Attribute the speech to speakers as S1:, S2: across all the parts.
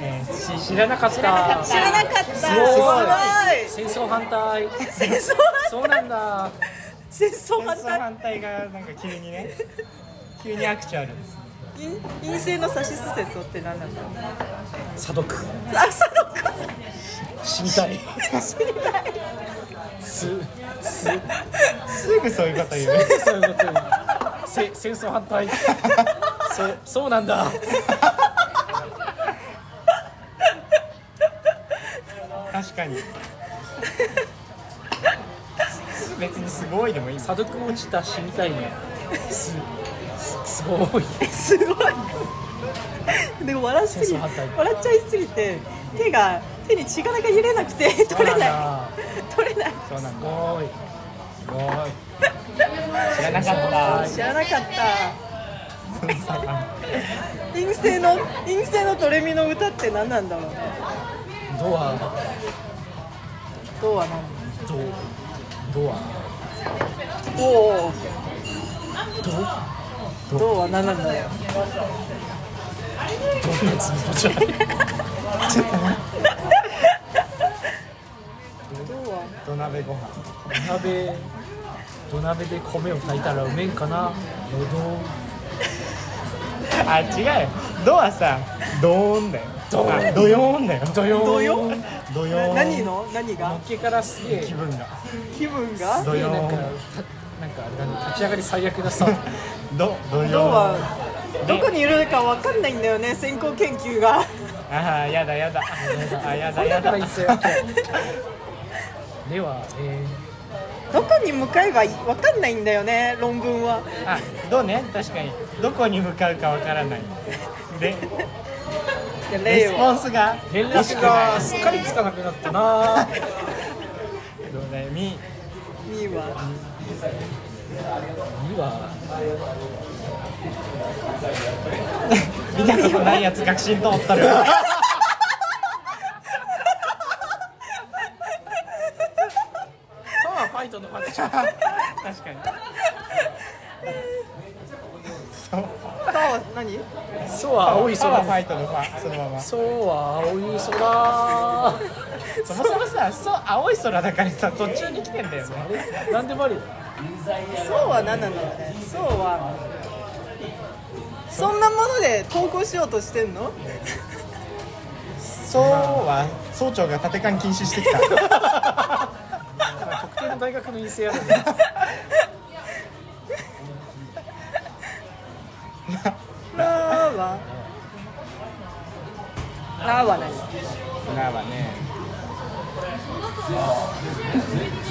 S1: し知らなかった
S2: 知らなかったすご
S1: 戦争反対
S2: い戦争
S1: そうなんだ
S2: 戦争
S3: 戦
S2: 反
S3: 争
S2: 対
S3: 反対がなんか急にね急にアクチュアルですね
S2: 陰陰性の指しす戦争って何なんだろう
S1: 査読
S2: あ佐藤
S1: 死にたい
S2: 君知りたい
S1: すす
S3: すぐそういうこと言う
S1: そういうことにせ戦争反対そうそうなんだ
S3: 確かにす別にすごいでもいい
S1: 査読落ちた死にたいねすすすごい
S2: すごいでも笑いすぎ
S1: 戦争反対
S2: 笑っちゃいすぎて手が手に血がなんか入れなくて取れない取れない
S3: そうなん
S1: す
S3: だ
S1: ごい
S3: すごい知らなかっ
S2: 知らなかった
S3: た
S2: 陰性の陰性のドレミの歌って何なんだろうね
S1: ドア
S2: どうはなん
S1: ドドア
S2: ど
S1: ド
S2: うどうは何なんだよ
S1: ドーナツのじゃ
S2: どうは
S3: 土鍋ご飯
S1: 土鍋土鍋で米を炊いたらうめんかな
S3: あ違うよドはさドーンだよ
S1: ドーン
S3: あドヨーンだよ
S1: のどどよ
S2: どよ
S3: ドヨーン
S2: 何の何
S1: の
S2: が
S1: っけからすげえ
S3: 気分が
S2: 気分が
S3: どよ
S1: なんかた
S3: ーン
S1: なんかあれだね立ち上がり最悪ださ
S3: ドドヨ
S2: どう
S3: ーン
S2: はどこにいるのかわかんないんだよね先行研究が
S3: ああやだやだあやだや
S1: だから
S3: だ
S1: いいっすよ今日ではえ
S2: どこに向かえばいいわかんないんだよね論文は
S3: あどうね確かにどこに向かうかわからないで
S2: いや
S3: レ
S2: 例
S3: ス
S2: を
S3: ポンスが
S1: ー、連絡がすっかりつかなくなったな
S3: どうねみ
S2: には
S1: には
S3: 見たことないやつ学信通っと る
S1: パワーファイトの話
S3: 確かにそう
S2: あ何
S1: そうは青い
S3: パワーフ
S1: 空
S3: ァイトのファそのまま
S1: そうは青い空
S3: そもそもさそう青い空だからさ途中に来てんだよね
S1: なんでもありよ
S2: そうは何なんだろうねそうはそんなもので投稿しようとしてんの
S3: そうは総長が縦勘禁止してきた
S1: 特定の大学の陰性やだね
S2: ラーはラーは
S3: なはね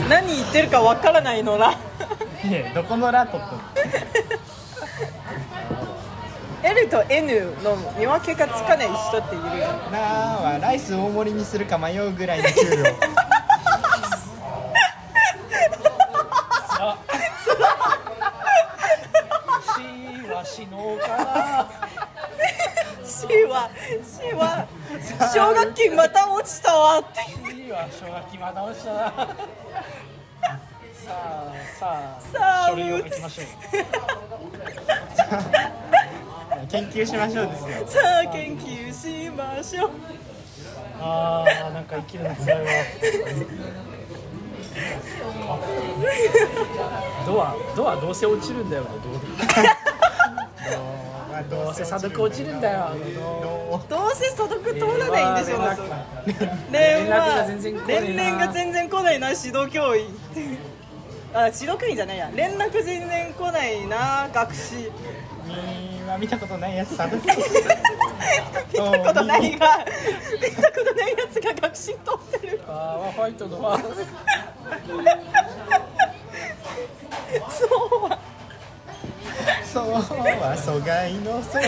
S2: 何何言ってるかわからない のラ
S3: いえどこのラとっと
S2: L と N の見分けがつかない人っているよ
S3: なはライス大盛りにするか迷うぐらいの給料
S1: 死は死のうか
S2: C は C は奨学金また落ちたわって
S1: な死は奨学金は直したなさあさ
S2: さ
S1: あ
S2: あ
S1: 書類を書きましょう
S3: 研究しましょうですよ
S2: さあ研究しましょう
S1: あーなんか生きるの辛いわドアドアどうせ落ちるんだよねどうせ
S3: ど
S1: 寒く落ちるんだよ
S2: どうせ査読通らないんでしょ
S1: 連絡連
S2: 連
S1: 絡が
S2: は
S1: 全然来ないな
S2: 連連が全然来ないな指導教員あ指導教員じゃないや連絡全然来ないな学士
S3: みーは見たことないやつ寒く
S2: 見たことないが見たことないやつが学士取ってる
S1: パワーファイトのワー
S2: そうは
S3: そうは疎外のそう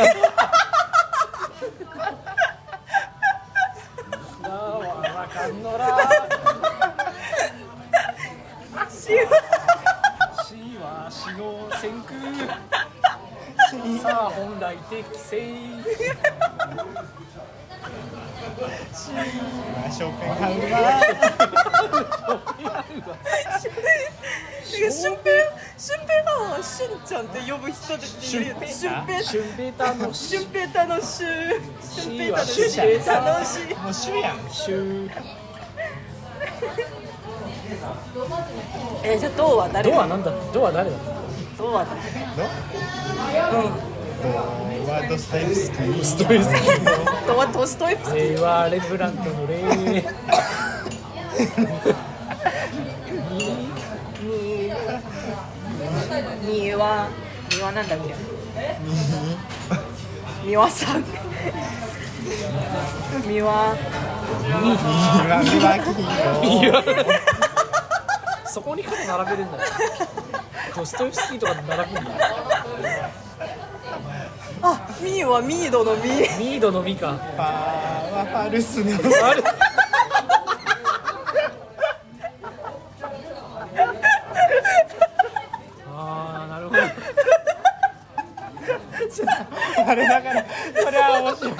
S1: なはわかんのら
S2: 死は
S1: 死は死の先空 さあ本来的性
S3: ショーペンハウマ
S2: シュンペンシュンペンハをしゅんちゃんって呼ぶ人っているよね
S3: しゅんぺー
S2: しゅ
S1: シュ
S2: んぺー
S1: ンペーターの
S2: しゅ
S1: シ
S2: んぺー楽しゅし
S1: し
S2: ゅんぺー楽し
S1: ゅんぺーさん
S2: 楽しい
S3: もう主やん
S1: ュ
S2: えじゃあどうは誰
S1: ドアなんだドア誰だ
S2: どうは
S3: ワードスタイルスキー
S1: ストレス
S2: 誰どうはトストイプスキー
S1: レイはレブラントのレイ
S2: ににはにはなんだっけみわさんみわ
S3: 岩村キー ロ
S1: そこに肩並べるんだよドストエフスキーとか並ぶんだよ
S2: あみはミードのミ
S1: ミードのミか
S3: パワファルスの
S1: あ るあーなるほど
S3: あれだからそれは面白い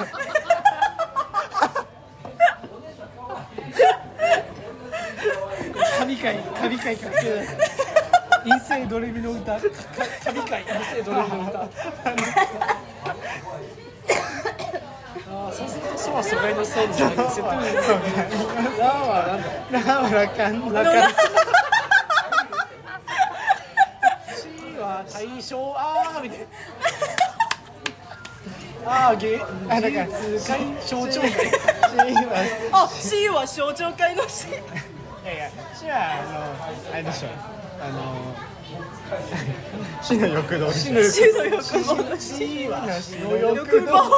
S1: 神回神回かけ陰性ドレミの歌神回陰性ドレミの歌 あーそうするとソワソガイのせい じゃなくてセットミー
S3: そうね
S1: ラーはなんだ
S3: ラーラカンラカン
S1: いいわ対象あーみたいなあーゲ
S3: あだから
S1: ー図解象徴
S3: シーは
S2: あ C は象徴会の C
S3: いやいやシーはあのあれでしょあの死の欲動死の
S2: C の欲望の C
S1: いわ
S3: 死の欲
S2: 欲
S3: 動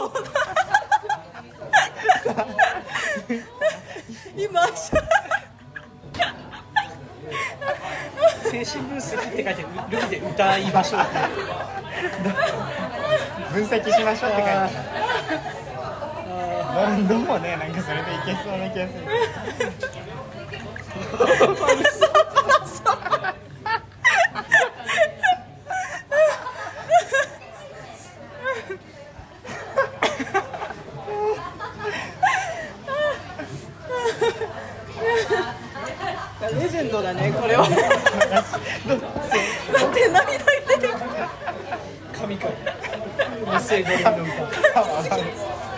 S2: 望だ今
S1: 精神分析って書いてるルビで歌いましょう
S3: 分析しましょうって書いてあるバンドもねなんかそれでいけそうな気がする
S2: レジェンドだねこれはだって涙出てくる
S1: 神回陰性ドレミの歌
S3: パワー